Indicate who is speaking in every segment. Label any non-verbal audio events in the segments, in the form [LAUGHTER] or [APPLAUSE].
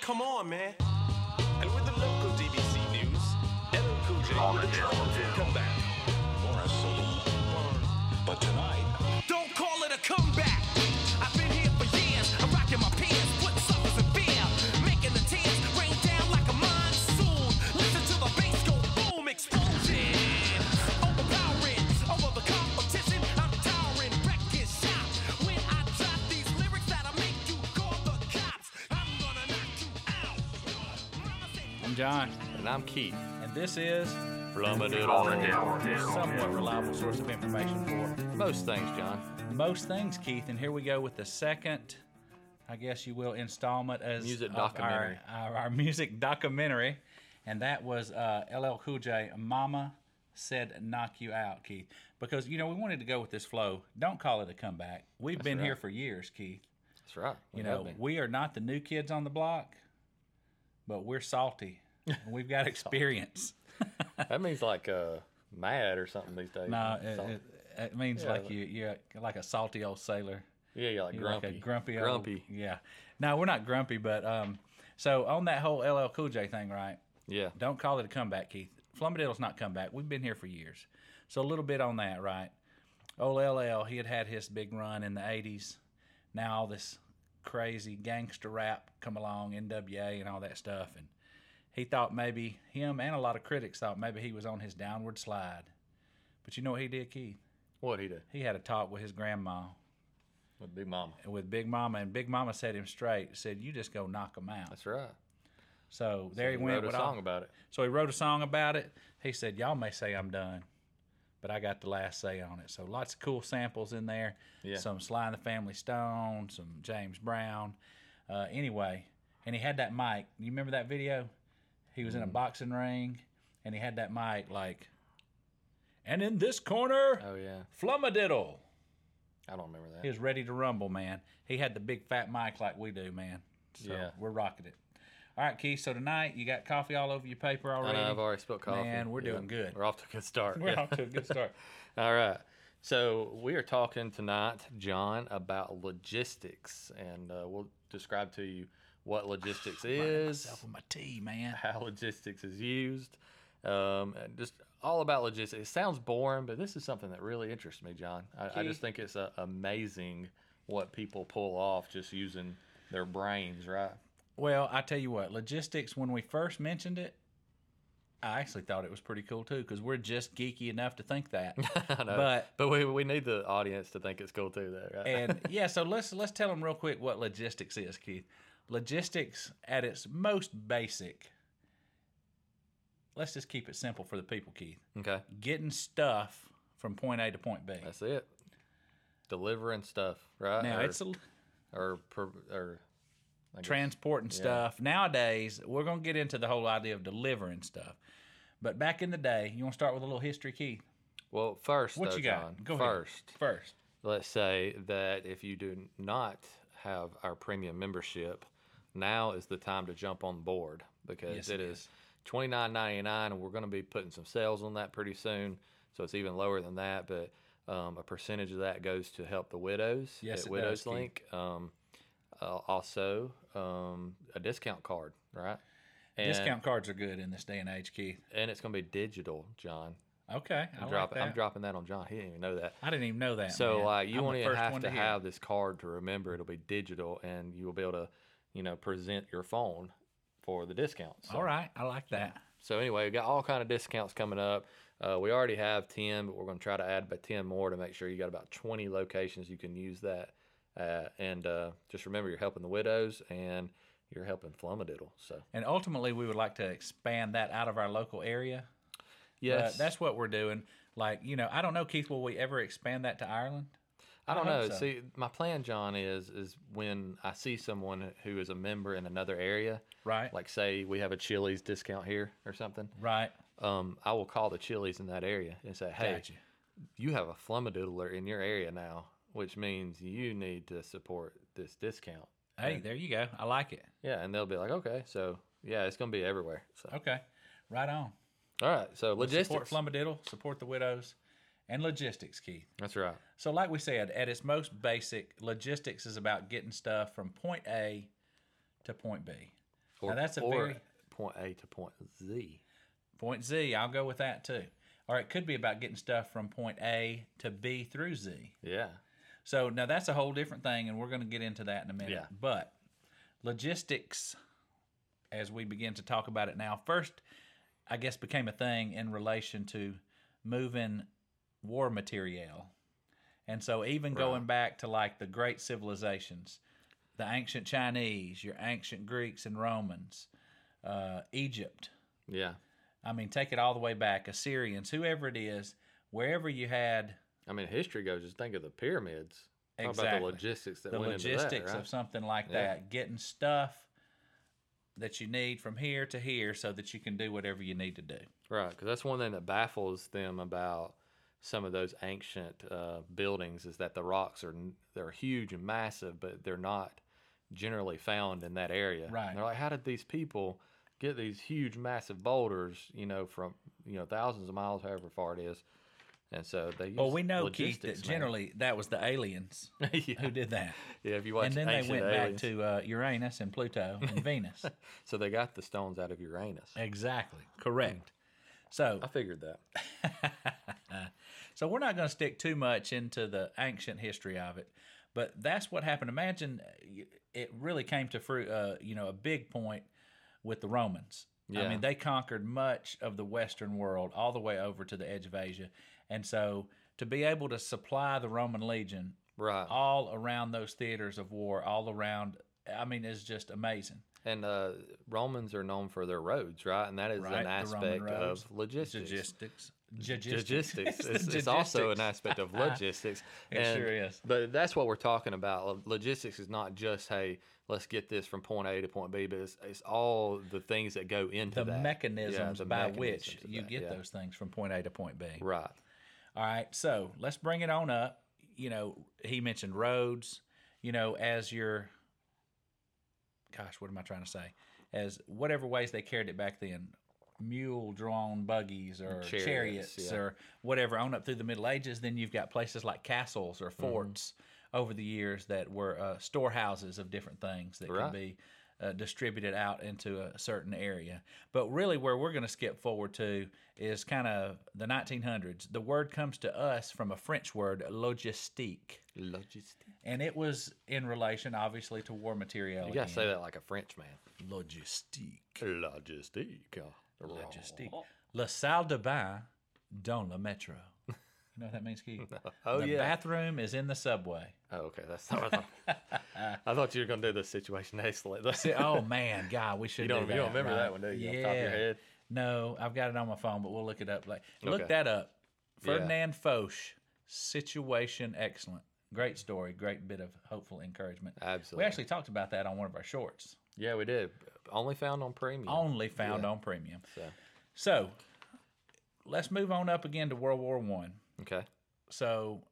Speaker 1: Come on, man. And with the local DBC news, LL Cool J with a triumphant comeback.
Speaker 2: More a saloon. But tonight,
Speaker 1: Don't call it a comeback. I've been here for years. I'm rocking my pants, putting suckers in fear, making the tears rain down like a monsoon. Listen to the bass go boom, explosion. Overpowering over the competition. I'm towering, wrecking shop. When I drop these lyrics that'll make you call the cops. I'm gonna knock you out. Mama said
Speaker 3: I'm John,
Speaker 4: And I'm Keith.
Speaker 3: and this is
Speaker 4: Plumbing it all down.
Speaker 3: a somewhat reliable source of information for
Speaker 4: Most things, John.
Speaker 3: most things, Keith. And here we go with the second, I guess you will, installment as
Speaker 4: Music
Speaker 3: of our-
Speaker 4: documentary.
Speaker 3: our, our music documentary, and that was uh, LL Cool J. Mama said, "Knock you out, Keith," because you know we wanted to go with this flow. Don't call it a comeback. We've been here for years, Keith.
Speaker 4: That's right.
Speaker 3: You know, we are not the new kids on the block, but we're salty. and We've got experience.
Speaker 4: that means like uh, mad or something these days.
Speaker 3: No, it,
Speaker 4: Something.
Speaker 3: it, it means
Speaker 4: Yeah,
Speaker 3: like
Speaker 4: but-
Speaker 3: you, you're like a salty old sailor.
Speaker 4: yeah, you're like
Speaker 3: You're
Speaker 4: grumpy.
Speaker 3: like a grumpy, old-
Speaker 4: Grumpy.
Speaker 3: yeah. No, we're not grumpy, but um, so on that whole LL Cool J thing, right?
Speaker 4: Yeah.
Speaker 3: Don't call it a comeback, Keith. Flumbadiddle's not comeback. We've been here for years. So a little bit on that, right? Old LL, he had had his big run in the 80s. Now all this crazy gangster rap come along, NWA and all that stuff. And he thought maybe, him and a lot of critics thought maybe he was on his downward slide. But you know what he did, Keith?
Speaker 4: What he do?
Speaker 3: He had a talk with his grandma,
Speaker 4: With Big Mama.
Speaker 3: with Big Mama, and Big Mama set him straight, said, You just go knock him out.
Speaker 4: That's right.
Speaker 3: so there he,
Speaker 4: He
Speaker 3: went
Speaker 4: wrote a
Speaker 3: with all-
Speaker 4: song about it.
Speaker 3: so he wrote a song about it. He said, Y'all may say I'm done, but I got the last say on it. So lots of cool samples in there.
Speaker 4: Yeah.
Speaker 3: Some Sly and the Family Stone, some James Brown. Uh, anyway, and he had that mic. You remember that video? He was in a
Speaker 4: Mm.
Speaker 3: boxing ring and he had that mic like, and in this corner,
Speaker 4: Oh yeah.
Speaker 3: Flummadiddle.
Speaker 4: I don't remember that.
Speaker 3: He was ready to rumble, man. He had the big fat mic like we do, man. So
Speaker 4: Yeah.
Speaker 3: we're rocking it. All right, Keith. So tonight you got coffee all over your paper
Speaker 4: I
Speaker 3: already.
Speaker 4: know, I've already spilled coffee.
Speaker 3: Man, we're
Speaker 4: Yeah.
Speaker 3: doing good.
Speaker 4: We're off to a good start.
Speaker 3: [LAUGHS] We're
Speaker 4: Yeah.
Speaker 3: off to a good start.
Speaker 4: [LAUGHS] All right. So we are talking tonight, John, about logistics, and uh, we'll describe to you what logistics is,
Speaker 3: Myself with my tea, man.
Speaker 4: how logistics is used, um, and just all about logistics. It sounds boring, but this is something that really interests me, John. I, I just think it's uh, amazing what people pull off just using their brains, right? [LAUGHS]
Speaker 3: Well, I tell you what, logistics. When we first mentioned it, I actually thought it was pretty cool too, because we're just geeky enough to think
Speaker 4: [LAUGHS]
Speaker 3: that.
Speaker 4: I know.
Speaker 3: But-
Speaker 4: but we, we need the audience to think it's cool too, though. Right?
Speaker 3: and yeah, so let's let's tell them real quick what logistics is, Keith. Logistics at its most basic. Let's just keep it simple for the people, Keith.
Speaker 4: [LAUGHS] okay,
Speaker 3: Getting stuff from point A to point B.
Speaker 4: that's it. Delivering stuff, right?
Speaker 3: Now
Speaker 4: Or-
Speaker 3: it's a,
Speaker 4: or per, or
Speaker 3: transporting stuff. Nowadays, we're gonna get into the whole idea of delivering stuff. But back in the day, you want to start with a little history, Keith.
Speaker 4: well first
Speaker 3: What
Speaker 4: though,
Speaker 3: you got?
Speaker 4: John,
Speaker 3: Go ahead.
Speaker 4: first
Speaker 3: First,
Speaker 4: let's say that if you do not have our premium membership now is the time to jump on board because
Speaker 3: Yes,
Speaker 4: it
Speaker 3: it
Speaker 4: is twenty nine ninety nine and we're going to be putting some sales on that pretty soon so it's even lower than that but um, a percentage of that goes to help the widows
Speaker 3: Yes,
Speaker 4: at
Speaker 3: it
Speaker 4: widows
Speaker 3: does, Keith.
Speaker 4: link um, uh, also um, a discount card right and,
Speaker 3: discount cards are good in this day and age, Keith.
Speaker 4: and it's going to be digital john
Speaker 3: Okay, I like
Speaker 4: drop,
Speaker 3: that.
Speaker 4: I'm dropping that on John. He didn't even know that.
Speaker 3: I didn't even know that.
Speaker 4: So
Speaker 3: man.
Speaker 4: like you
Speaker 3: I'm the
Speaker 4: won't even
Speaker 3: first
Speaker 4: have
Speaker 3: one
Speaker 4: to,
Speaker 3: hear.
Speaker 4: have this card to remember. It'll be digital, and you will be able to, you know, present your phone for the discounts. So,
Speaker 3: All right, I like that.
Speaker 4: so anyway, we got all kind of discounts coming up. Uh, we already have ten, but we're going to try to add about ten more to make sure you got about twenty locations you can use that. Uh, and uh, just remember, you're helping the widows and you're helping Flummadiddle. So
Speaker 3: And ultimately, we would like to expand that out of our local area.
Speaker 4: yes,
Speaker 3: But that's what we're doing. Like you know, I don't know, Keith. Will we ever expand that to Ireland?
Speaker 4: I don't
Speaker 3: hope
Speaker 4: know.
Speaker 3: so.
Speaker 4: See, my plan, John, is is when I see someone who is a member in another area,
Speaker 3: Right.
Speaker 4: Like say we have a Chili's discount here or something.
Speaker 3: Right.
Speaker 4: Um, I will call the Chili's in that area and say, "Hey,
Speaker 3: Gotcha.
Speaker 4: you have a flummadoodler in your area now, which means you need to support this discount."
Speaker 3: Hey, there you go. I like it.
Speaker 4: Yeah, and they'll be like, "Okay, so yeah, it's gonna be everywhere." So
Speaker 3: Okay. Right on.
Speaker 4: all right, so
Speaker 3: Support
Speaker 4: logistics.
Speaker 3: Flumbadiddle, support the widows, and logistics, Keith.
Speaker 4: That's right.
Speaker 3: So, like we said, at its most basic, logistics is about getting stuff from point A to point B.
Speaker 4: Or,
Speaker 3: that's a
Speaker 4: or
Speaker 3: very-
Speaker 4: point A to point Z.
Speaker 3: Point Z, I'll go with that too. Or it could be about getting stuff from point A to B through Z.
Speaker 4: Yeah.
Speaker 3: So now that's a whole different thing, and we're going to get into that in a minute.
Speaker 4: Yeah.
Speaker 3: But logistics, as we begin to talk about it now, first, I guess, became a thing in relation to moving war material. And so, even going back to like the great civilizations, the ancient Chinese, your ancient Greeks and Romans, uh, Egypt,
Speaker 4: Yeah.
Speaker 3: I mean, take it all the way back, Assyrians, whoever it is, wherever you had
Speaker 4: I mean, history goes. Just think of the pyramids. Talk about the
Speaker 3: Exactly.
Speaker 4: logistics that
Speaker 3: the
Speaker 4: went
Speaker 3: logistics
Speaker 4: into that, right?
Speaker 3: of something like
Speaker 4: Yeah.
Speaker 3: that, getting stuff that you need from here to here so that you can do whatever you need to do.
Speaker 4: Right, because that's one thing that baffles them about some of those ancient uh, buildings is that the rocks are n- they're huge and massive, but they're not generally found in that area. And
Speaker 3: Right.
Speaker 4: they're like, how did these people get these huge, massive boulders? You know, from you know thousands of miles, however far it is. And so they. Use
Speaker 3: Well, we know, Keith,
Speaker 4: logistics,
Speaker 3: that
Speaker 4: man.
Speaker 3: generally that was the aliens
Speaker 4: [LAUGHS] yeah.
Speaker 3: who did that.
Speaker 4: yeah, if you watch
Speaker 3: and then they
Speaker 4: ancient
Speaker 3: went
Speaker 4: aliens,
Speaker 3: back to uh, Uranus and Pluto
Speaker 4: [LAUGHS]
Speaker 3: and Venus.
Speaker 4: so they got the stones out of Uranus.
Speaker 3: Exactly. Correct. So,
Speaker 4: I figured that.
Speaker 3: so we're not going to stick too much into the ancient history of it, but that's what happened. Imagine uh, y- it really came to fruit, uh, you know, a big point with the Romans. I
Speaker 4: Yeah.
Speaker 3: mean, they conquered much of the Western world, all the way over to the edge of Asia, and so to be able to supply the Roman legion
Speaker 4: Right.
Speaker 3: all around those theaters of war, all around, I mean, is just amazing.
Speaker 4: And uh, Romans are known for their roads, right? And that is
Speaker 3: Right,
Speaker 4: an
Speaker 3: the Roman
Speaker 4: aspect
Speaker 3: roads.
Speaker 4: of logistics.
Speaker 3: Logistics,
Speaker 4: Logistics.
Speaker 3: [LAUGHS] the
Speaker 4: It's, it's also an
Speaker 3: logistics.
Speaker 4: aspect of logistics.
Speaker 3: [LAUGHS] It sure is.
Speaker 4: But that's what we're talking about. Lo- Logistics is not just, hey, let's get this from point A to point B, but it's, it's all the things that go into
Speaker 3: the
Speaker 4: that. Yeah,
Speaker 3: mechanisms
Speaker 4: the
Speaker 3: by
Speaker 4: mechanisms
Speaker 3: which
Speaker 4: of
Speaker 3: you
Speaker 4: that,
Speaker 3: get
Speaker 4: yeah.
Speaker 3: those things from point A to point B.
Speaker 4: Right.
Speaker 3: All right, so let's bring it on up. You know, he mentioned roads. You know, as your, gosh, what am I trying to say? As whatever ways they carried it back then, mule-drawn buggies or chariots,
Speaker 4: Chariots, yeah.
Speaker 3: or whatever, on up through the Middle Ages. Then you've got places like castles or forts over the years that were uh, storehouses of different things that
Speaker 4: Right.
Speaker 3: could be uh, distributed out into a certain area. But really, where we're going to skip forward to is kind of the 1900s. The word comes to us from a French word, logistique,
Speaker 4: Logistics.
Speaker 3: and it was in relation, obviously, to war material.
Speaker 4: You got to
Speaker 3: again.
Speaker 4: say that like a Frenchman.
Speaker 3: logistique.
Speaker 4: Logistique.
Speaker 3: Logistique. La salle de bain dans le métro. You know what that means, Keith?
Speaker 4: Oh,
Speaker 3: the
Speaker 4: yeah.
Speaker 3: bathroom is in the subway.
Speaker 4: Oh, okay. That's [LAUGHS] not what I thought. I thought you were going to do the situation [LAUGHS] excellent.
Speaker 3: [LAUGHS] Say, oh man, God, we should.
Speaker 4: You don't-
Speaker 3: do that,
Speaker 4: you don't remember that
Speaker 3: right?
Speaker 4: one, do you, off the top of your head?
Speaker 3: No, I've got it on my phone, but we'll look it up. Like, look
Speaker 4: Okay.
Speaker 3: that up.
Speaker 4: Yeah.
Speaker 3: Ferdinand Foch, situation excellent. Great story, great bit of hopeful encouragement.
Speaker 4: Absolutely.
Speaker 3: We actually talked about that on one of our shorts,
Speaker 4: Yeah, we did. Only found on premium.
Speaker 3: only found on premium.
Speaker 4: So,
Speaker 3: So, let's move on up again to World War One.
Speaker 4: okay.
Speaker 3: So,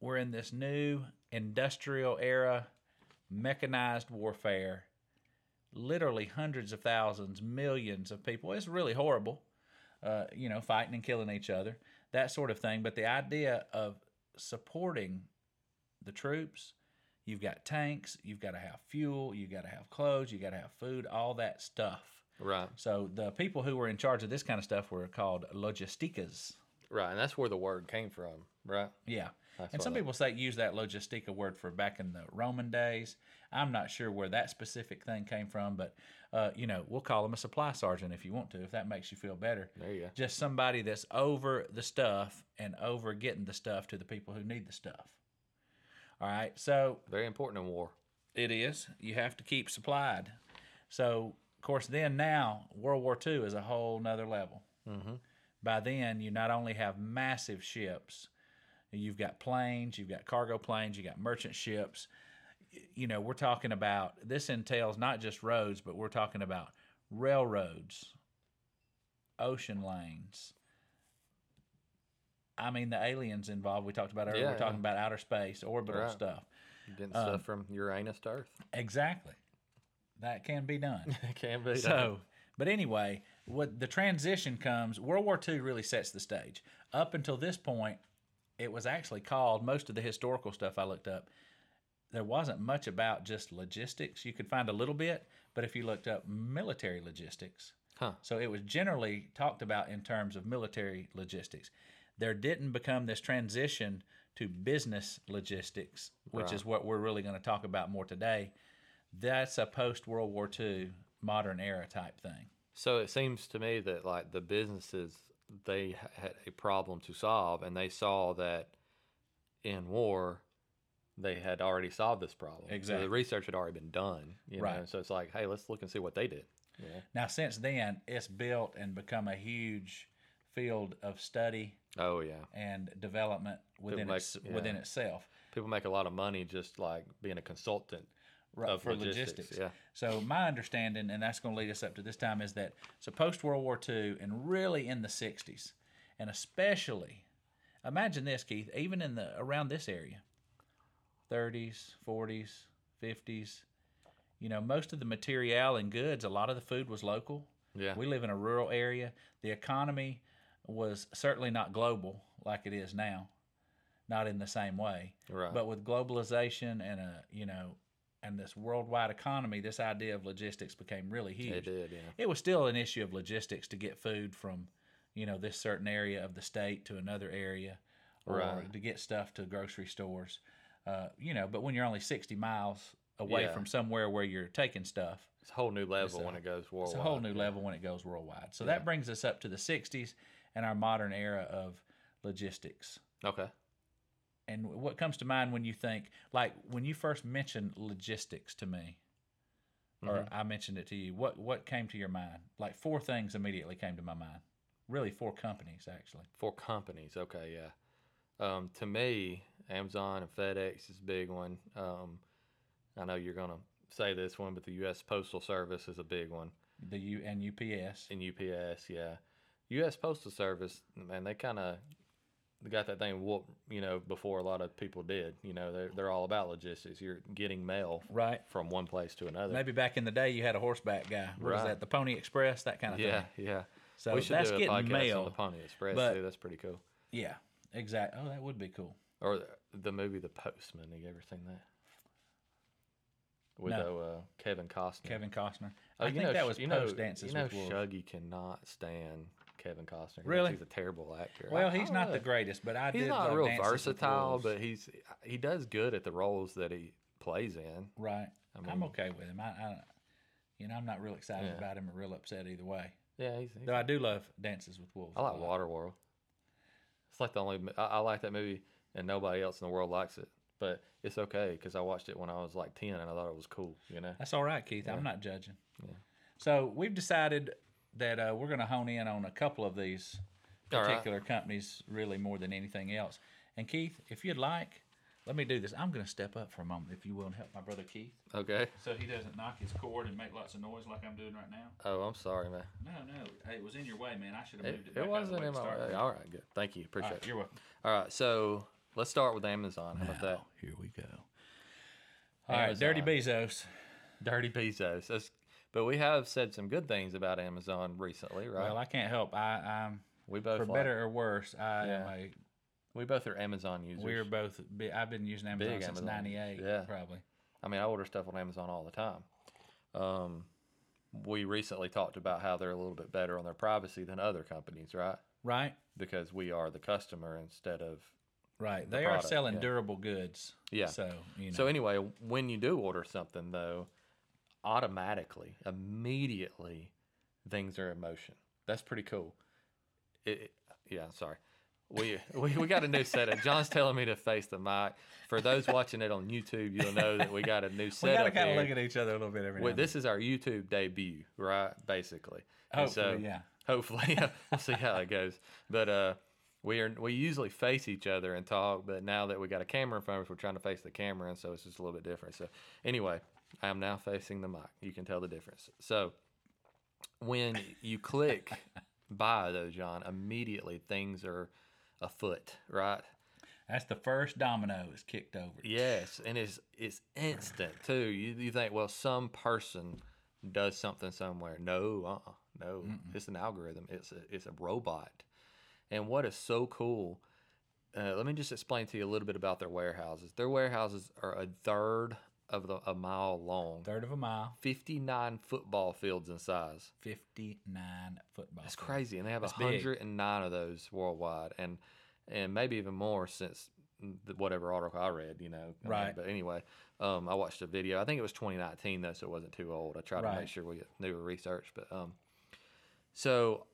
Speaker 3: we're in this new industrial era, mechanized warfare. Literally hundreds of thousands, millions of people. It's really horrible, uh, you know, fighting and killing each other, that sort of thing. But the idea of supporting the troops, you've got tanks, you've got to have fuel, you've got to have clothes, you got to have food, all that stuff.
Speaker 4: Right.
Speaker 3: So the people who were in charge of this kind of stuff were called logisticas.
Speaker 4: Right. And that's where the word came from, right?
Speaker 3: Yeah.
Speaker 4: That's
Speaker 3: and
Speaker 4: what
Speaker 3: some
Speaker 4: I-
Speaker 3: people say use that logistica word for back in the Roman days. I'm not sure where that specific thing came from, but uh, you know, we'll call them a supply sergeant if you want to, if that makes you feel better.
Speaker 4: There you go.
Speaker 3: Just somebody that's over the stuff and over getting the stuff to the people who need the stuff. All right. So
Speaker 4: Very important in war.
Speaker 3: it is. You have to keep supplied. So, of course, then now World War II is a whole nother level.
Speaker 4: Mm-hmm.
Speaker 3: By then, you not only have massive ships, you've got planes, you've got cargo planes, you got merchant ships. Y- You know, we're talking about this entails not just roads, but we're talking about railroads, ocean lanes. I mean, the aliens involved we talked about earlier.
Speaker 4: Yeah,
Speaker 3: we're talking
Speaker 4: yeah.
Speaker 3: about outer space, orbital
Speaker 4: Right.
Speaker 3: stuff.
Speaker 4: Getting stuff from Uranus to Earth.
Speaker 3: Exactly. That can be done.
Speaker 4: [LAUGHS] It can be.
Speaker 3: so, but anyway, what the transition comes, World War II really sets the stage. Up until this point, it was actually called most of the historical stuff I looked up there wasn't much about just logistics. You could find a little bit, but if you looked up military logistics,
Speaker 4: Huh.
Speaker 3: so it was generally talked about in terms of military logistics. There didn't become this transition to business logistics, which is what we're really going to talk about more today. That's a post World War II modern era type thing.
Speaker 4: So it seems to me that like the businesses they h- had a problem to solve, and they saw that in war they had already solved this problem. So
Speaker 3: Exactly.
Speaker 4: the research had already been done. You Know?
Speaker 3: Right.
Speaker 4: So it's like, hey, let's look and see what they did.
Speaker 3: Now, since then, it's built and become a huge field of study
Speaker 4: Oh yeah,
Speaker 3: and development within
Speaker 4: like-
Speaker 3: its, within
Speaker 4: yeah.
Speaker 3: itself.
Speaker 4: people make a lot of money just like being a consultant.
Speaker 3: Right,
Speaker 4: of
Speaker 3: for
Speaker 4: logistics,
Speaker 3: logistics.
Speaker 4: yeah.
Speaker 3: So my understanding, and that's going to lead us up to this time, is that so post World War II, and really in the '60s, and especially, imagine this, Keith, even in the around this area, '30s, '40s, '50s, you know, most of the material and goods, a lot of the food was local.
Speaker 4: Yeah.
Speaker 3: We live in a rural area. The economy was certainly not global like it is now, not in the same way.
Speaker 4: Right.
Speaker 3: But with globalization and a you know, and this worldwide economy, this idea of logistics became really huge.
Speaker 4: It did, yeah.
Speaker 3: It was still an issue of logistics to get food from, you know, this certain area of the state to another area, or
Speaker 4: Right.
Speaker 3: to get stuff to grocery stores. Uh, you know, but when you're only 60 miles away
Speaker 4: Yeah.
Speaker 3: from somewhere where you're taking stuff,
Speaker 4: It's a whole new level when it goes worldwide.
Speaker 3: it's a whole new level when it goes worldwide. So that brings us up to the 60s and our modern era of logistics.
Speaker 4: Okay.
Speaker 3: And what comes to mind when you think, like when you first mentioned logistics to me,
Speaker 4: Mm-hmm.
Speaker 3: or I mentioned it to you, what, what came to your mind? Like four things immediately came to my mind. Really, four companies, actually.
Speaker 4: For companies, okay, yeah. Um, to me, Amazon and FedEx is a big one. Um, I know you're gonna say this one, but the U.S. Postal Service is a big one,
Speaker 3: The U and UPS.
Speaker 4: and UPS, yeah. U.S. Postal Service, man, they kind of got that thing whooped, you know, before a lot of people did. You know, they're they're all about logistics. You're getting mail
Speaker 3: Right.
Speaker 4: from one place to another.
Speaker 3: Maybe back in the day you had a horseback guy. What was
Speaker 4: Right.
Speaker 3: that? The Pony Express, that kind of
Speaker 4: yeah,
Speaker 3: thing.
Speaker 4: yeah.
Speaker 3: So
Speaker 4: we should
Speaker 3: that's
Speaker 4: do a
Speaker 3: getting
Speaker 4: podcast
Speaker 3: mail,
Speaker 4: on the Pony Express
Speaker 3: but-
Speaker 4: too. That's pretty cool.
Speaker 3: Yeah, exactly. Oh, that would be cool.
Speaker 4: Or the, the movie The Postman. Have you ever seen that? With
Speaker 3: No.
Speaker 4: uh, uh, Kevin Costner.
Speaker 3: Kevin Costner.
Speaker 4: Oh,
Speaker 3: I
Speaker 4: you
Speaker 3: think
Speaker 4: know,
Speaker 3: that
Speaker 4: Sh-
Speaker 3: was
Speaker 4: you know,
Speaker 3: post Dances
Speaker 4: You know,
Speaker 3: with Wolves.
Speaker 4: Shuggy cannot stand Kevin Costner. He thinks
Speaker 3: Really?
Speaker 4: he's a terrible actor. I-
Speaker 3: Well,
Speaker 4: I
Speaker 3: he's
Speaker 4: don't
Speaker 3: not the
Speaker 4: know.
Speaker 3: greatest, but I
Speaker 4: He's
Speaker 3: did
Speaker 4: not
Speaker 3: love
Speaker 4: real
Speaker 3: Dances with
Speaker 4: versatile,
Speaker 3: Wolves.
Speaker 4: but he's he does good at the roles that he plays in.
Speaker 3: right. I
Speaker 4: mean-
Speaker 3: am okay with him. I, I, you know, I'm not real excited
Speaker 4: Yeah.
Speaker 3: about him or real upset either way.
Speaker 4: Yeah, he's. he's
Speaker 3: Though I do love Dances with Wolves.
Speaker 4: I
Speaker 3: a
Speaker 4: like
Speaker 3: lot.
Speaker 4: Waterworld. It's like the only mo- I, I like that movie, and nobody else in the world likes it. But it's okay because I watched it when I was like ten, and I thought it was cool.
Speaker 3: [LAUGHS]
Speaker 4: You know.
Speaker 3: That's all right, Keith. I'm not judging. So we've decided that uh, we're going to hone in on a couple of these
Speaker 4: All right.
Speaker 3: particular companies, really more than anything else. And Keith, if you'd like, let me do this. I'm going to step up for a moment, if you will, and help my brother Keith,
Speaker 4: Okay.
Speaker 3: so he doesn't knock his cord and make lots of noise like I'm doing right now.
Speaker 4: Oh, I'm sorry, man.
Speaker 3: No, no, Hey, it was in your way, man. I should have
Speaker 4: It,
Speaker 3: moved it.
Speaker 4: it
Speaker 3: back out of the
Speaker 4: wasn't
Speaker 3: way
Speaker 4: in
Speaker 3: to
Speaker 4: my.
Speaker 3: start with.
Speaker 4: All right, good. Thank you. Appreciate
Speaker 3: All right,
Speaker 4: it.
Speaker 3: you're welcome.
Speaker 4: All right, so let's start with Amazon. How about that?
Speaker 3: Here we go. All right, Dirty Bezos.
Speaker 4: Dirty Bezos. That's, but we have said some good things about Amazon recently, right?
Speaker 3: Well, I can't help. I, I'm
Speaker 4: we both
Speaker 3: for
Speaker 4: like-
Speaker 3: better or worse. I
Speaker 4: Yeah.
Speaker 3: am a.
Speaker 4: We both are Amazon users.
Speaker 3: We're both. bi- I've been using Amazon
Speaker 4: Big
Speaker 3: since
Speaker 4: Amazon.
Speaker 3: '98,
Speaker 4: Yeah.
Speaker 3: probably.
Speaker 4: I mean, I order stuff on Amazon all the time. Um, we recently talked about how they're a little bit better on their privacy than other companies, right?
Speaker 3: Right,
Speaker 4: Because we are the customer instead of.
Speaker 3: right. They
Speaker 4: product,
Speaker 3: are selling
Speaker 4: yeah.
Speaker 3: durable goods.
Speaker 4: Yeah.
Speaker 3: So you know.
Speaker 4: So anyway, when you do order something though, automatically, immediately, things are in motion. That's pretty cool. It, it- yeah, sorry. We, we we got a new setup. John's telling me to face the mic. For those watching it on YouTube, you'll know that [LAUGHS] we got a new
Speaker 3: we
Speaker 4: setup.
Speaker 3: gotta kind
Speaker 4: here.
Speaker 3: of look at each other a little bit every
Speaker 4: Well,
Speaker 3: now.
Speaker 4: this is our YouTube debut, right? Basically. And
Speaker 3: Hopefully, yeah.
Speaker 4: Hopefully,
Speaker 3: [LAUGHS]
Speaker 4: we'll see how it goes. But uh, we are we usually face each other and talk, but now that we got a camera in front of us, we're trying to face the camera, and so it's just a little bit different. So anyway, I'm now facing the mic. You can tell the difference. So when
Speaker 3: [LAUGHS]
Speaker 4: you click buy, though, John, immediately things are afoot, right?
Speaker 3: and then. That's the first domino is kicked over.
Speaker 4: Yes, and it's it's instant too. You you think well, some person does something somewhere. No, uh, uh no, it's an algorithm. It's a, it's a robot. And what is so cool uh, let me just explain to you a little bit about their warehouses. Their warehouses are a third of the, a mile long,
Speaker 3: Third of a mile,
Speaker 4: 59 football fields in size.
Speaker 3: 59 football.
Speaker 4: That's
Speaker 3: fields.
Speaker 4: crazy, and they have
Speaker 3: That's big.
Speaker 4: 109 of those worldwide, and and maybe even more since the, whatever article I read, you know. I mean,
Speaker 3: Right.
Speaker 4: but anyway, um, I watched a video. I think it was 2019 though, so it wasn't too old. I tried to
Speaker 3: Right.
Speaker 4: make sure we get newer research, but um, so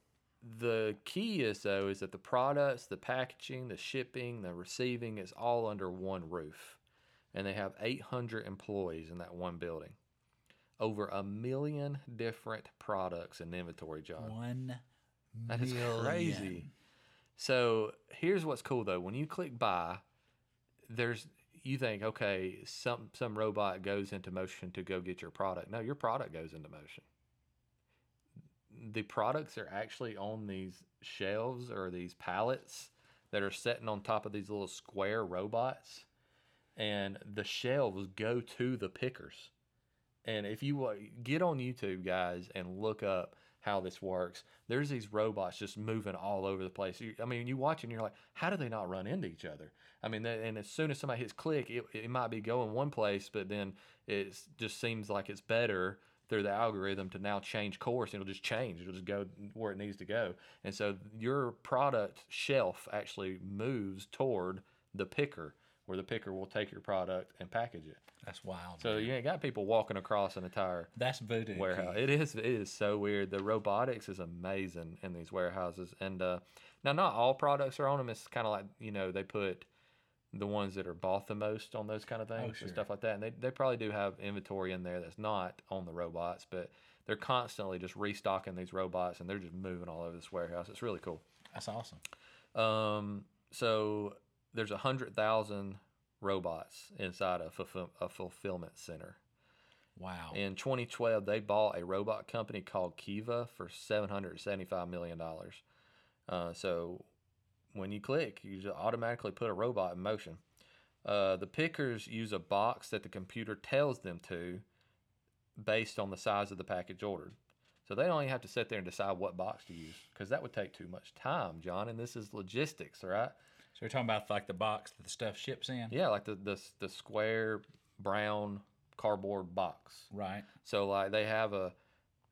Speaker 4: the key is though is that the products, the packaging, the shipping, the receiving is all under one roof, and they have 800 employees in that one building. Over a million different products and inventory, John.
Speaker 3: One
Speaker 4: That is
Speaker 3: million.
Speaker 4: crazy. So here's what's cool though. When you click buy, there's you think, okay, some some robot goes into motion to go get your product. No, your product goes into motion. The products are actually on these shelves or these pallets that are sitting on top of these little square robots. And the shelves go to the pickers. And if you wa- get on YouTube, guys, and look up how this works, there's these robots just moving all over the place. You, I mean, you watch it and you're like, how do they not run into each other? I mean, that, and as soon as somebody hits click, it, it might be going one place, but then it just seems like it's better through the algorithm to now change course. It'll just change. It'll just go where it needs to go. And so your product shelf actually moves toward the picker, where the picker will take your product and package it.
Speaker 3: That's wild.
Speaker 4: So
Speaker 3: man.
Speaker 4: you ain't got people walking across an entire
Speaker 3: That's voodoo.
Speaker 4: warehouse.
Speaker 3: Keith.
Speaker 4: It is it is so weird. The robotics is amazing in these warehouses, and uh, now not all products are on them. It's kind of like you know they put the ones that are bought the most on those kind of things
Speaker 3: sure.
Speaker 4: and stuff like that. And they they probably do have inventory in there that's not on the robots, but they're constantly just restocking these robots, and they're just moving all over this warehouse. It's really cool.
Speaker 3: That's awesome.
Speaker 4: Um, so there's a hundred thousand robots inside a, fulfill, a fulfillment center.
Speaker 3: Wow.
Speaker 4: In 2012, they bought a robot company called Kiva for 775 million dollars. Uh, so when you click, you just automatically put a robot in motion. Uh, the pickers use a box that the computer tells them to, based on the size of the package ordered. So they don't even have to sit there and decide what box to use because that would take too much time, John. And this is logistics, right?
Speaker 3: so you're talking about like the box that the stuff ships in?
Speaker 4: Yeah, like the the, the square brown cardboard box.
Speaker 3: Right.
Speaker 4: So like they have a,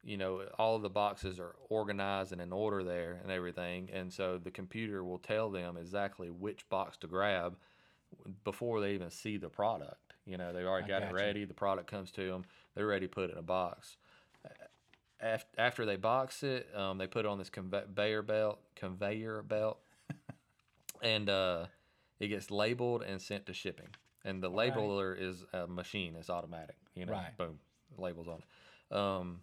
Speaker 4: you know, all of the boxes are organized and in order there and everything, and so the computer will tell them exactly which box to grab before they even see the product. You know, they've already
Speaker 3: I
Speaker 4: got it
Speaker 3: gotcha.
Speaker 4: ready. The product comes to them. They're ready to put it in a box. Af- After they box it, um, they put it on this conveyor belt. Conveyor belt, and uh, it gets labeled and sent to shipping. And the labeler is a machine; it's automatic. You know,
Speaker 3: Right.
Speaker 4: boom, labels on it. Um,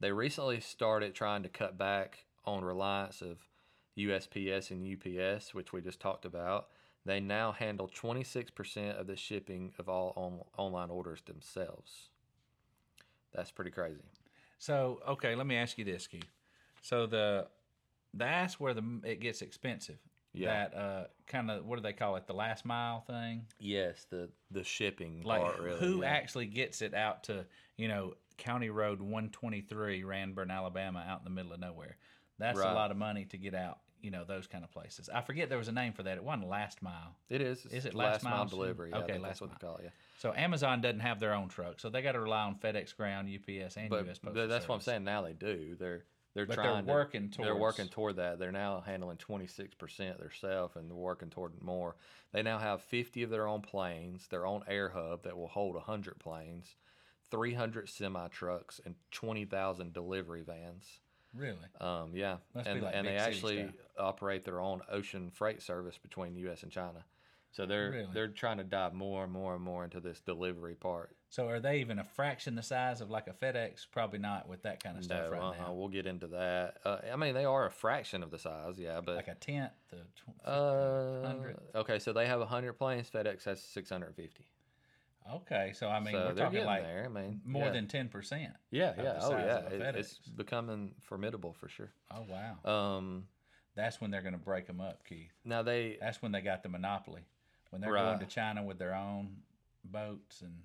Speaker 4: they recently started trying to cut back on reliance of USPS and UPS, which we just talked about. They now handle 26% of the shipping of all on- online orders themselves. That's pretty crazy.
Speaker 3: So okay, let me ask you this, Keith. So the that's where the it gets expensive.
Speaker 4: Yeah.
Speaker 3: That uh, kind of what do they call it? The last mile thing.
Speaker 4: Yes, the the shipping
Speaker 3: Like
Speaker 4: part really.
Speaker 3: who
Speaker 4: yeah.
Speaker 3: actually gets it out to you know County Road 123, Ranburn, Alabama, out in the middle of nowhere? That's
Speaker 4: Right.
Speaker 3: a lot of money to get out. You know those kind of places. I forget there was a name for that. It wasn't last mile.
Speaker 4: It is. It's
Speaker 3: Is it last
Speaker 4: last, mile,
Speaker 3: mile shipping?
Speaker 4: delivery? Yeah,
Speaker 3: Okay,
Speaker 4: I think
Speaker 3: last
Speaker 4: that's what they call it. Yeah.
Speaker 3: So Amazon doesn't have their own truck, so they got to rely on FedEx Ground, UPS, and
Speaker 4: But
Speaker 3: US Postal
Speaker 4: th- that's what I'm
Speaker 3: Service.
Speaker 4: saying. Now they do. They're they're
Speaker 3: But they're
Speaker 4: trying. to-
Speaker 3: working
Speaker 4: They're
Speaker 3: towards-
Speaker 4: working toward that. They're now handling 26 percent themselves, and they're working toward more. They now have 50 of their own planes, their own air hub that will hold 100 planes, 300 semi trucks, and 20,000 delivery vans.
Speaker 3: Really?
Speaker 4: Um, yeah,
Speaker 3: Must be
Speaker 4: and
Speaker 3: like
Speaker 4: and they
Speaker 3: big city
Speaker 4: actually
Speaker 3: stuff.
Speaker 4: operate their own ocean freight service between U.S. and China. So they're
Speaker 3: Really?
Speaker 4: they're trying to dive more and more and more into this delivery part.
Speaker 3: So are they even a fraction the size of like a FedEx? Probably not with that kind of stuff
Speaker 4: No,
Speaker 3: right
Speaker 4: uh-huh,
Speaker 3: now.
Speaker 4: We'll get into that. Uh, I mean, they are a fraction of the size, yeah, but
Speaker 3: Like a tenth, the tw-
Speaker 4: uh,
Speaker 3: hundred.
Speaker 4: okay. So they have hundred planes. FedEx has six hundred fifty.
Speaker 3: Okay, so I mean
Speaker 4: so
Speaker 3: we're
Speaker 4: they're
Speaker 3: talking
Speaker 4: getting
Speaker 3: like
Speaker 4: there. I mean,
Speaker 3: more
Speaker 4: yeah.
Speaker 3: than ten percent.
Speaker 4: yeah,
Speaker 3: the
Speaker 4: yeah, oh
Speaker 3: size
Speaker 4: yeah.
Speaker 3: of a
Speaker 4: It- it's
Speaker 3: FedEx.
Speaker 4: becoming formidable for sure.
Speaker 3: Oh wow,
Speaker 4: Um,
Speaker 3: that's when they're going to break them up, Keith.
Speaker 4: now they
Speaker 3: That's when they got the monopoly. When they're going
Speaker 4: Right.
Speaker 3: to China with their own boats and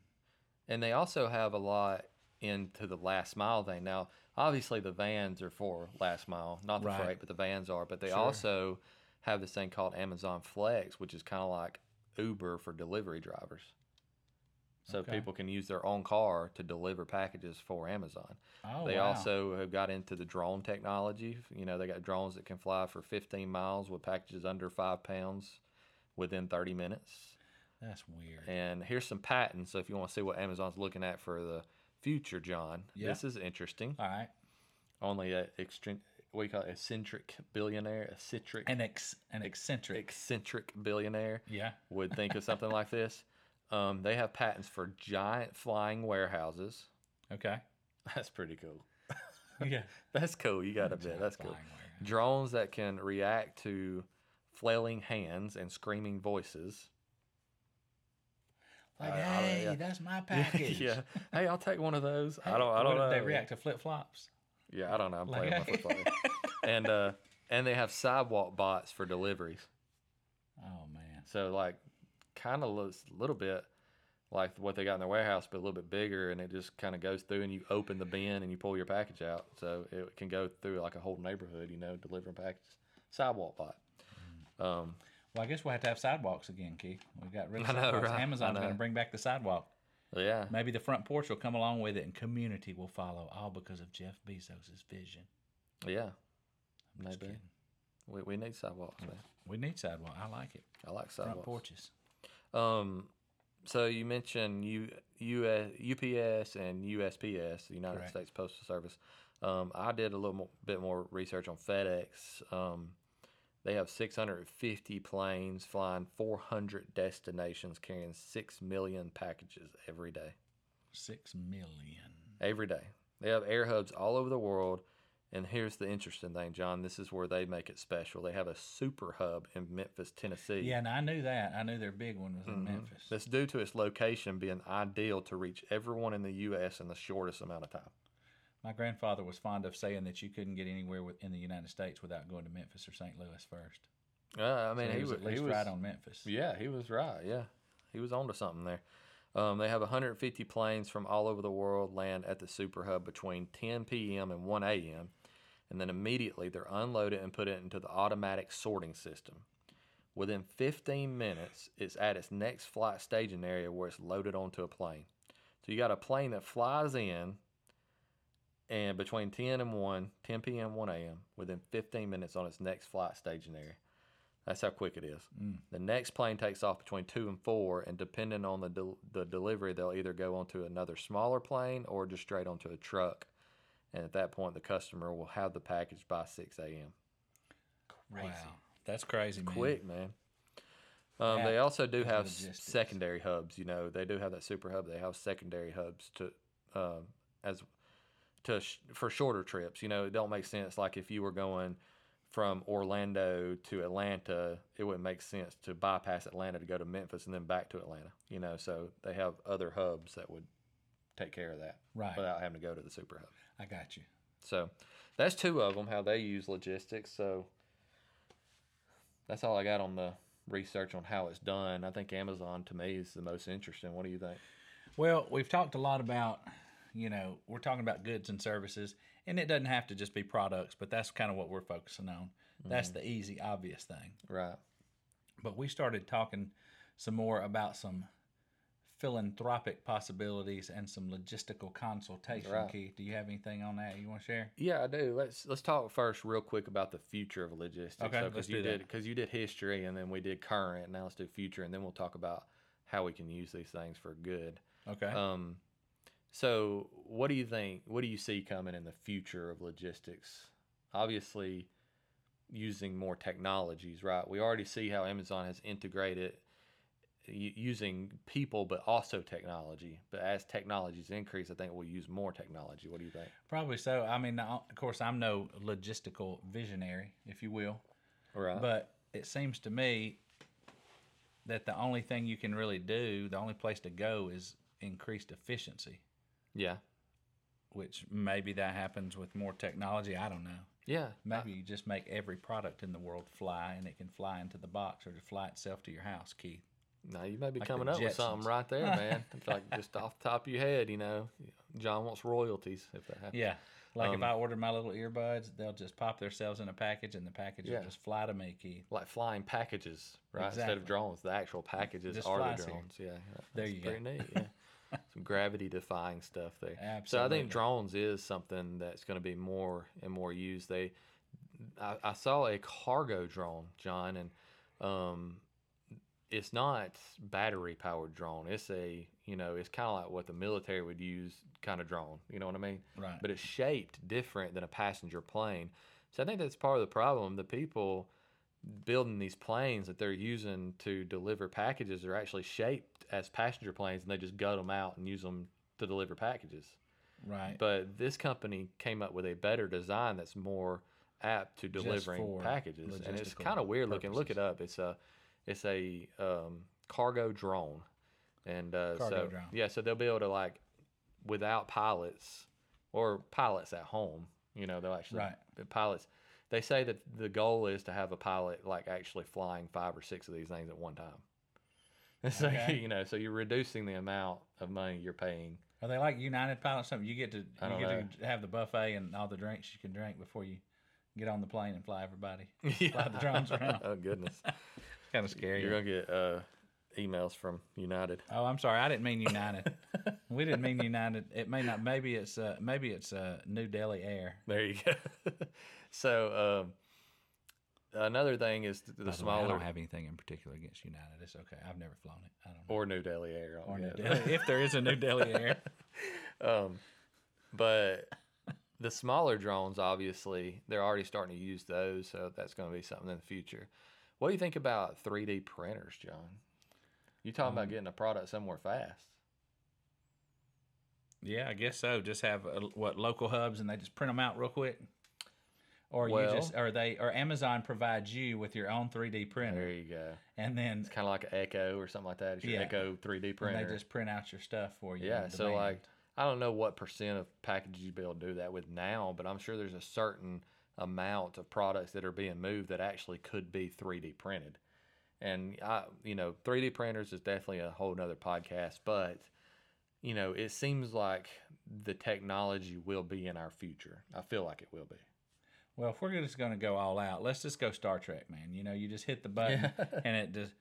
Speaker 4: and they also have a lot into the last mile thing. Now, obviously, the vans are for last mile, not the
Speaker 3: Right.
Speaker 4: freight, but the vans are. But they also have this thing called Amazon Flex, which is kind of like Uber for delivery drivers. So
Speaker 3: Okay.
Speaker 4: people can use their own car to deliver packages for Amazon.
Speaker 3: Oh,
Speaker 4: they
Speaker 3: wow.
Speaker 4: also have got into the drone technology. You know, they got drones that can fly for 15 miles with packages under five pounds within 30 minutes.
Speaker 3: That's weird.
Speaker 4: And here's some patents. So if you want to see what Amazon's looking at for the future, John,
Speaker 3: Yeah.
Speaker 4: this is interesting.
Speaker 3: All right.
Speaker 4: Only a extrin- what do you call it? Eccentric billionaire, eccentric,
Speaker 3: An ex an eccentric.
Speaker 4: eccentric billionaire
Speaker 3: yeah.
Speaker 4: would think of something like this.
Speaker 3: [LAUGHS]
Speaker 4: Um, they have patents for giant flying warehouses. [LAUGHS]
Speaker 3: Okay.
Speaker 4: That's pretty cool.
Speaker 3: [LAUGHS] Yeah.
Speaker 4: That's cool. You
Speaker 3: [LAUGHS]
Speaker 4: got a bit. That's cool.
Speaker 3: Flying warehouse.
Speaker 4: Drones that can react to flailing hands and screaming voices.
Speaker 3: Like,
Speaker 4: Uh, I- I don't-
Speaker 3: hey,
Speaker 4: [LAUGHS] yeah.
Speaker 3: that's my package.
Speaker 4: yeah. Hey, I'll take one of those.
Speaker 3: Hey,
Speaker 4: I don't. I
Speaker 3: what
Speaker 4: don't know.
Speaker 3: if They
Speaker 4: Yeah.
Speaker 3: react to flip flops.
Speaker 4: Yeah, I don't know. I'm
Speaker 3: Like- [LAUGHS]
Speaker 4: playing with my flip phone. and uh, and they have sidewalk bots for deliveries.
Speaker 3: Oh man.
Speaker 4: So like, kind of looks a little bit like what they got in their warehouse, but a little bit bigger, and it just kind of goes through, and you open the bin and you pull your package out, so it can go through like a whole neighborhood, you know, delivering packages. Sidewalk bot.
Speaker 3: Mm.
Speaker 4: Um,
Speaker 3: Well, I guess we'll have to have sidewalks again, Keith. We
Speaker 4: [LAUGHS]
Speaker 3: got rid of
Speaker 4: I know,
Speaker 3: sidewalks.
Speaker 4: right? I
Speaker 3: Amazon's going to
Speaker 4: know.
Speaker 3: bring back the sidewalk.
Speaker 4: yeah,
Speaker 3: Maybe the front porch will come along with it, and community will follow, all because of Jeff Bezos' vision.
Speaker 4: yeah.
Speaker 3: I'm just
Speaker 4: Maybe.
Speaker 3: kidding.
Speaker 4: We, we need sidewalks, man.
Speaker 3: We need sidewalk. I like it.
Speaker 4: I like
Speaker 3: Front
Speaker 4: sidewalks.
Speaker 3: porches.
Speaker 4: Um, so you mentioned U, US, UPS and USPS, the United
Speaker 3: Correct.
Speaker 4: States Postal Service. Um, I did a little mo bit more research on FedEx. Um, they have 650 planes flying 400 destinations, carrying six million packages every day.
Speaker 3: Six million.
Speaker 4: Every day, they have air hubs all over the world. And here's the interesting thing, John. This is where they make it special. They have a super hub in Memphis, Tennessee.
Speaker 3: Yeah, and I knew that. I knew their big one was in Memphis.
Speaker 4: Mm-hmm. That's due to its location being ideal to reach everyone in the U.S. in the shortest amount of time.
Speaker 3: My grandfather was fond of saying that you couldn't get anywhere with- in the United States without going to Memphis or St. Louis first.
Speaker 4: Uh, I mean,
Speaker 3: So
Speaker 4: he,
Speaker 3: he was
Speaker 4: wa-
Speaker 3: at least
Speaker 4: he was,
Speaker 3: right on Memphis.
Speaker 4: Yeah, he was right. Yeah, he was onto something there. Um, they have 150 planes from all over the world land at the super hub between 10 p.m. and 1 a.m. And then immediately they're unloaded and put into the automatic sorting system. Within 15 minutes, it's at its next flight staging area where it's loaded onto a plane. So you got a plane that flies in, and between 10 and 1, 10 p.m., 1 a.m., within 15 minutes on its next flight staging area. That's how quick it is. The next plane takes off between 2 and 4, and depending on the, del- the delivery, they'll either go onto another smaller plane or just straight onto a truck. And at that point, the customer will have the package by 6 a.m.
Speaker 3: Wow. That's crazy, man.
Speaker 4: Quick, man. Um, they
Speaker 3: That
Speaker 4: also do
Speaker 3: is
Speaker 4: have s-
Speaker 3: logistics.
Speaker 4: secondary hubs. You know, they do have that super hub. They have secondary hubs to um, as to sh- for shorter trips. You know, it don't make sense. Like if you were going from Orlando to Atlanta, it wouldn't make sense to bypass Atlanta to go to Memphis and then back to Atlanta. You know, so they have other hubs that would take care of that
Speaker 3: Right.
Speaker 4: without having to go to the super hub.
Speaker 3: I got you.
Speaker 4: So that's two of them, how they use logistics. So that's all I got on the research on how it's done. I think Amazon to me is the most interesting. What do you think?
Speaker 3: Well, we've talked a lot about, you know, we're talking about goods and services, and it doesn't have to just be products, but that's kind of what we're focusing on. That's the easy, obvious thing.
Speaker 4: Right.
Speaker 3: But we started talking some more about some philanthropic possibilities and some logistical consultation.
Speaker 4: Right.
Speaker 3: Keith, do you have anything on that you want to share?
Speaker 4: Yeah, I do. Let's let's talk first real quick about the future of logistics.
Speaker 3: Okay,
Speaker 4: So, 'cause
Speaker 3: let's
Speaker 4: you
Speaker 3: do that.
Speaker 4: did because you did history and then we did current. Now let's do future and then we'll talk about how we can use these things for good.
Speaker 3: Okay.
Speaker 4: Um, so what do you think? What do you see coming in the future of logistics? Obviously, using more technologies, right? We already see how Amazon has integrated u- using people, but also technology. But as technologies increase, I think we'll use more technology. What do you think?
Speaker 3: Probably so. I mean, I- of course, I'm no logistical visionary, if you will,
Speaker 4: Right.
Speaker 3: but it seems to me that the only thing you can really do, the only place to go is increased efficiency,
Speaker 4: yeah,
Speaker 3: which maybe that happens with more technology. I don't know.
Speaker 4: yeah,
Speaker 3: Maybe you just make every product in the world fly and it can fly into the box or to fly itself to your house, Keith.
Speaker 4: No, you may be
Speaker 3: Like the
Speaker 4: coming up with
Speaker 3: Jetsons.
Speaker 4: something
Speaker 3: [LAUGHS]
Speaker 4: right there, man. It's like just off the top of your head, you know. John wants royalties if that happens.
Speaker 3: Yeah. Like if
Speaker 4: Um,
Speaker 3: I order my little earbuds, they'll just pop themselves in a package, and the package
Speaker 4: Yeah.
Speaker 3: will just fly to me, Keith.
Speaker 4: like flying packages, right? Instead
Speaker 3: Exactly.
Speaker 4: of drones, the actual packages
Speaker 3: Just
Speaker 4: are the
Speaker 3: flies here.
Speaker 4: drones. Yeah, that-
Speaker 3: There
Speaker 4: that's
Speaker 3: you go.
Speaker 4: pretty neat.
Speaker 3: [LAUGHS]
Speaker 4: Yeah. Some gravity-defying stuff there. So I
Speaker 3: Absolutely.
Speaker 4: think drones is something that's going to be more and more used. They, I, I saw a cargo drone, John, and um, it's not battery-powered drone. It's a you know, it's kind of like what the military would use kind of drone. You know what I mean?
Speaker 3: Right.
Speaker 4: But it's shaped different than a passenger plane. So I think that's part of the problem. The people building these planes that they're using to deliver packages are actually shaped as passenger planes and they just gut them out and use them to deliver packages.
Speaker 3: Right.
Speaker 4: But this company came up with a better design that's more apt to delivering
Speaker 3: for
Speaker 4: packages. And it's
Speaker 3: logistical
Speaker 4: kind of weird looking. Look it up. It's a it's a um, cargo drone. And uh,
Speaker 3: Cargo
Speaker 4: so
Speaker 3: drone.
Speaker 4: yeah, so they'll be able to like without pilots or pilots at home, you know, they'll actually
Speaker 3: Right.
Speaker 4: the pilots they say that the goal is to have a pilot like actually flying five or six of these things at one time. [LAUGHS] So
Speaker 3: Okay.
Speaker 4: you know, so you're reducing the amount of money you're paying
Speaker 3: Are they like United Pilots? Something you get to
Speaker 4: I
Speaker 3: you
Speaker 4: don't
Speaker 3: get to have the buffet and all the drinks you can drink before you get on the plane and fly everybody.
Speaker 4: [LAUGHS]
Speaker 3: Fly the drones around. [LAUGHS]
Speaker 4: oh goodness,
Speaker 3: kind of scary.
Speaker 4: you're gonna get uh, emails from United.
Speaker 3: Oh, I'm sorry. I didn't mean [LAUGHS] United. we didn't mean United. It may not. Maybe it's uh, maybe it's uh, New Delhi Air.
Speaker 4: There you go. [LAUGHS] so um, another thing is th- the
Speaker 3: By the way, I
Speaker 4: smaller
Speaker 3: don't have anything in particular against United. It's okay. I've never flown it. I don't know.
Speaker 4: or New Delhi Air.
Speaker 3: Or New
Speaker 4: altogether.
Speaker 3: Delhi, [LAUGHS] if there is a New Delhi Air.
Speaker 4: [LAUGHS] um, but the smaller drones, obviously, they're already starting to use those, so that's going to be something in the future. What do you think about 3D printers, John? You talking
Speaker 3: Um,
Speaker 4: about getting a product somewhere fast?
Speaker 3: [LAUGHS] Yeah, I guess so. Just have uh, what local hubs, and they just print them out real quick. Or
Speaker 4: Well-
Speaker 3: you just, or they, or Amazon provides you with your own 3D
Speaker 4: There
Speaker 3: printer,
Speaker 4: you go.
Speaker 3: and then
Speaker 4: It's kind of like an Echo or something like that. It's your
Speaker 3: Yeah.
Speaker 4: Echo 3D
Speaker 3: and
Speaker 4: printer.
Speaker 3: they just print out your stuff for you.
Speaker 4: Yeah,
Speaker 3: on
Speaker 4: so
Speaker 3: demand.
Speaker 4: like I don't know what percent of packages you'd be able to do that with now, but I'm sure there's a certain amount of products that are being moved that actually could be 3D printed. And I, you know, 3D printers is definitely a whole nother podcast, but you know, it seems like the technology will be in our future. I feel like it will be.
Speaker 3: well, if we're just going to go all out, let's just go Star Trek, man. You know, you just hit the button, [LAUGHS] and it just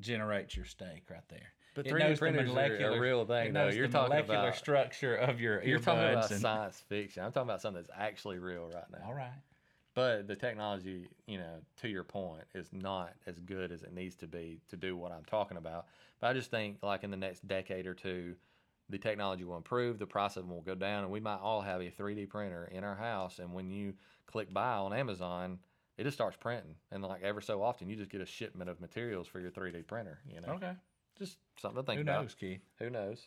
Speaker 3: generates your steak right there.
Speaker 4: But
Speaker 3: It
Speaker 4: 3D
Speaker 3: knows the
Speaker 4: printers are a
Speaker 3: molecular-
Speaker 4: real
Speaker 3: it
Speaker 4: thing,
Speaker 3: knows
Speaker 4: though. You're
Speaker 3: the
Speaker 4: talking
Speaker 3: molecular
Speaker 4: about-
Speaker 3: structure of your
Speaker 4: You're talking
Speaker 3: earbuds
Speaker 4: about
Speaker 3: and-
Speaker 4: uh, science fiction. I'm talking about something that's actually real right now.
Speaker 3: all right.
Speaker 4: But the technology, you know, to your point, is not as good as it needs to be to do what I'm talking about. But I just think, like, in the next decade or two, the technology will improve, the price of them will go down, and we might all have a 3D printer in our house. And when you click buy on Amazon, it just starts printing. And, like, ever so often, you just get a shipment of materials for your 3D printer, you know?
Speaker 3: Okay.
Speaker 4: Just something to think
Speaker 3: Who
Speaker 4: about.
Speaker 3: knows, Keith?
Speaker 4: Who knows?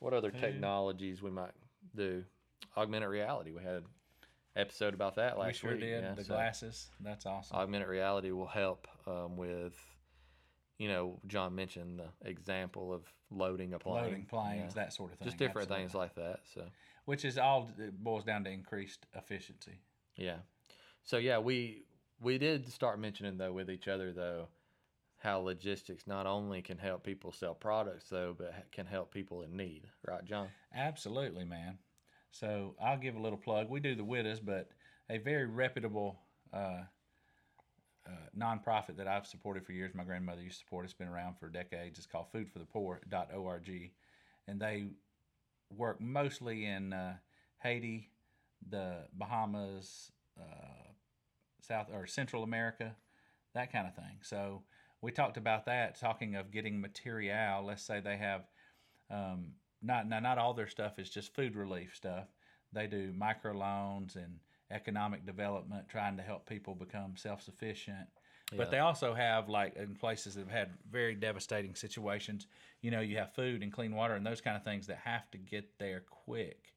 Speaker 4: What other technologies we might do? Augmented reality. We had an episode about that last
Speaker 3: we sure
Speaker 4: week.
Speaker 3: did.
Speaker 4: yeah,
Speaker 3: the
Speaker 4: so-
Speaker 3: glasses. That's awesome.
Speaker 4: augmented reality will help um, with you know john mentioned the example of loading a plane
Speaker 3: Loading planes,
Speaker 4: yeah.
Speaker 3: that sort of thing.
Speaker 4: just different
Speaker 3: absolutely.
Speaker 4: things like that so
Speaker 3: which is all it boils down to increased efficiency.
Speaker 4: yeah so yeah we we did start mentioning though with each other though how logistics not only can help people sell products though but ha- can help people in need right john
Speaker 3: Absolutely, man. So I'll give a little plug. We do the Widows, but a very reputable uh, uh, nonprofit that I've supported for years. My grandmother used to support. It's been around for decades. It's called FoodForThePoor.org, and they work mostly in uh, Haiti, the Bahamas, uh, South or Central America, that kind of thing. So we talked about that. Talking of getting material, let's say they have um, not now not all their stuff is just food relief stuff. They do microloans and economic development, trying to help people become self sufficient. But they also have like in places that have had very devastating situations. You know, you have food and clean water and those kind of things that have to get there quick.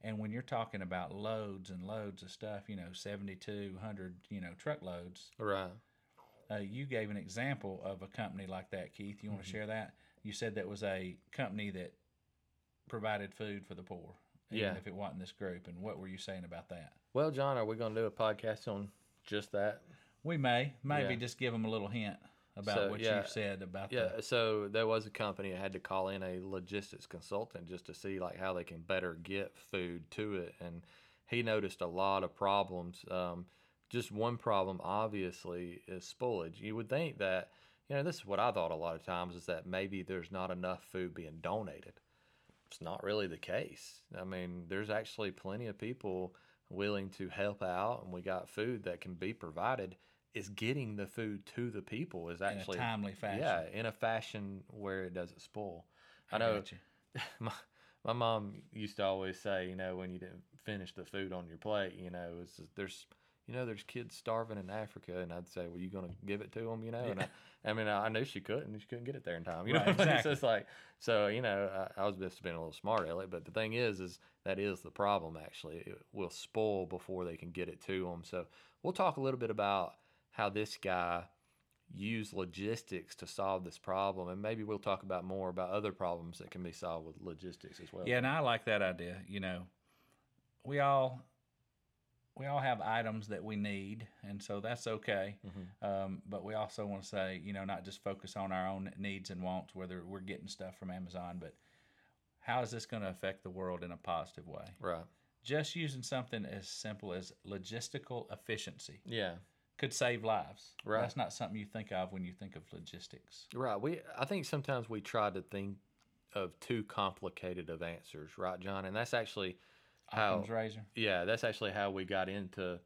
Speaker 3: And when you're talking about loads and loads of stuff, you know, 7,200, you know, truckloads,
Speaker 4: right
Speaker 3: uh, you gave an example of a company like that, Keith. You want
Speaker 4: Mm-hmm.
Speaker 3: to share that? You said that was a company that provided food for the poor, even
Speaker 4: Yeah.
Speaker 3: if it wasn't this group. And what were you saying about that?
Speaker 4: well john are we going to do a podcast on just that
Speaker 3: We may maybe
Speaker 4: Yeah.
Speaker 3: just give them a little hint about
Speaker 4: So,
Speaker 3: what
Speaker 4: yeah.
Speaker 3: you said about
Speaker 4: Yeah,
Speaker 3: the
Speaker 4: so there was a company that had to call in a logistics consultant just to see like how they can better get food to it and he noticed a lot of problems. Um, just one problem, obviously, is spoilage. You would think that, you know, this is what I thought a lot of times is that maybe there's not enough food being donated. It's not really the case. I mean, there's actually plenty of people willing to help out, and we got food that can be provided. Is getting the food to the people is
Speaker 3: in a
Speaker 4: actually
Speaker 3: timely fashion.
Speaker 4: yeah, in a fashion where it doesn't spoil. I,
Speaker 3: I
Speaker 4: know
Speaker 3: got you.
Speaker 4: [LAUGHS] my, my mom used to always say, you know, when you didn't finish the food on your plate, you know, it's just- there's, you know, there's kids starving in Africa, and I'd say, well, you gonna give it to them, you know? And I, I mean, I knew she couldn't, she couldn't get it there in time, you know.
Speaker 3: Right,
Speaker 4: what I mean?
Speaker 3: exactly.
Speaker 4: So [LAUGHS] it's like, so you know, I, I was just being a little smart aleck, but the thing is, is that is the problem. Actually, it will spoil before they can get it to them. So we'll talk a little bit about how this guy use logistics to solve this problem and maybe we'll talk about more about other problems that can be solved with logistics as well
Speaker 3: Yeah, and I like that idea. You know, we all we all have items that we need, and so that's okay. Um, but we also want to say, you know, not just focus on our own needs and wants, whether we're getting stuff from Amazon, but how is this going to affect the world in a positive way?
Speaker 4: right
Speaker 3: Just using something as simple as logistical efficiency
Speaker 4: yeah
Speaker 3: could save lives.
Speaker 4: Right.
Speaker 3: That's not something you think of when you think of logistics.
Speaker 4: right we i think sometimes we try to think of too complicated of answers right john and that's actually how
Speaker 3: Occam's razor.
Speaker 4: yeah that's actually how we got into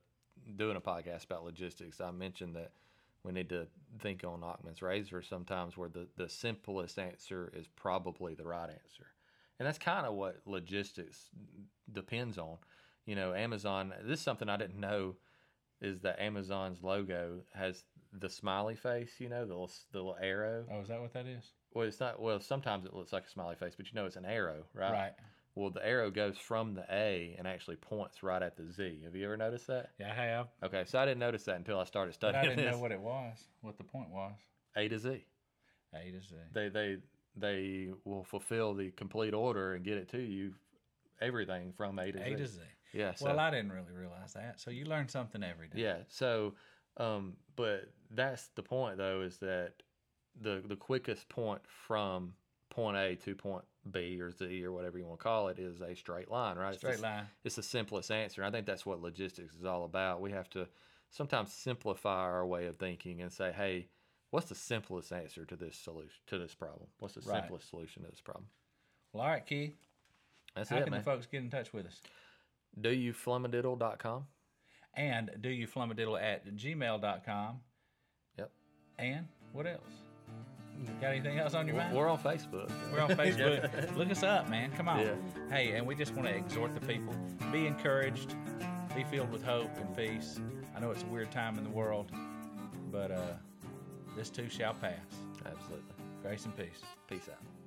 Speaker 4: doing a podcast about logistics i mentioned that we need to think on Ockman's razor sometimes where the, the simplest answer is probably the right answer. And that's kind of what logistics depends on. You know, Amazon, this is something I didn't know is that Amazon's logo has the smiley face, you know, the little, the little arrow.
Speaker 3: Oh, is that what that is?
Speaker 4: Well, it's not, well, sometimes it looks like a smiley face, but you know, it's an arrow, right?
Speaker 3: right.
Speaker 4: Well, the arrow goes from the A and actually points right at the Z. Have you ever noticed that?
Speaker 3: Yeah, I have.
Speaker 4: Okay, so I didn't notice that until I started
Speaker 3: But
Speaker 4: studying
Speaker 3: I didn't
Speaker 4: this.
Speaker 3: know what it was, what the point was.
Speaker 4: A to Z.
Speaker 3: A to Z.
Speaker 4: they they they will fulfill the complete order and get it to you everything from A to Z.
Speaker 3: A to Z.
Speaker 4: Yeah. So,
Speaker 3: Well, I didn't really realize that. So you learn something every day.
Speaker 4: yeah. So um but that's the point though is that the the quickest point from point A to point B or Z or whatever you want to call it is a straight line, right? It's the
Speaker 3: Straight
Speaker 4: s-
Speaker 3: line.
Speaker 4: It's the simplest answer. And I think that's what logistics is all about. We have to sometimes simplify our way of thinking and say, hey, what's the simplest answer to this solution to this problem? What's the
Speaker 3: Right.
Speaker 4: simplest solution to this problem?
Speaker 3: Well, all right, Keith.
Speaker 4: That's
Speaker 3: How
Speaker 4: it,
Speaker 3: can
Speaker 4: man.
Speaker 3: the folks get in touch with us?
Speaker 4: Do you flumadiddle.com?
Speaker 3: And do you flummadiddle at gmail.com?
Speaker 4: Yep.
Speaker 3: And what else? Got anything else on your mind?
Speaker 4: We're on Facebook.
Speaker 3: We're
Speaker 4: [LAUGHS]
Speaker 3: on Facebook. Look us up, man. Come on.
Speaker 4: Yeah.
Speaker 3: Hey, and we just want to exhort the people be encouraged, be filled with hope and peace. I know it's a weird time in the world, but uh, this too shall pass.
Speaker 4: Absolutely.
Speaker 3: Grace and peace.
Speaker 4: Peace out.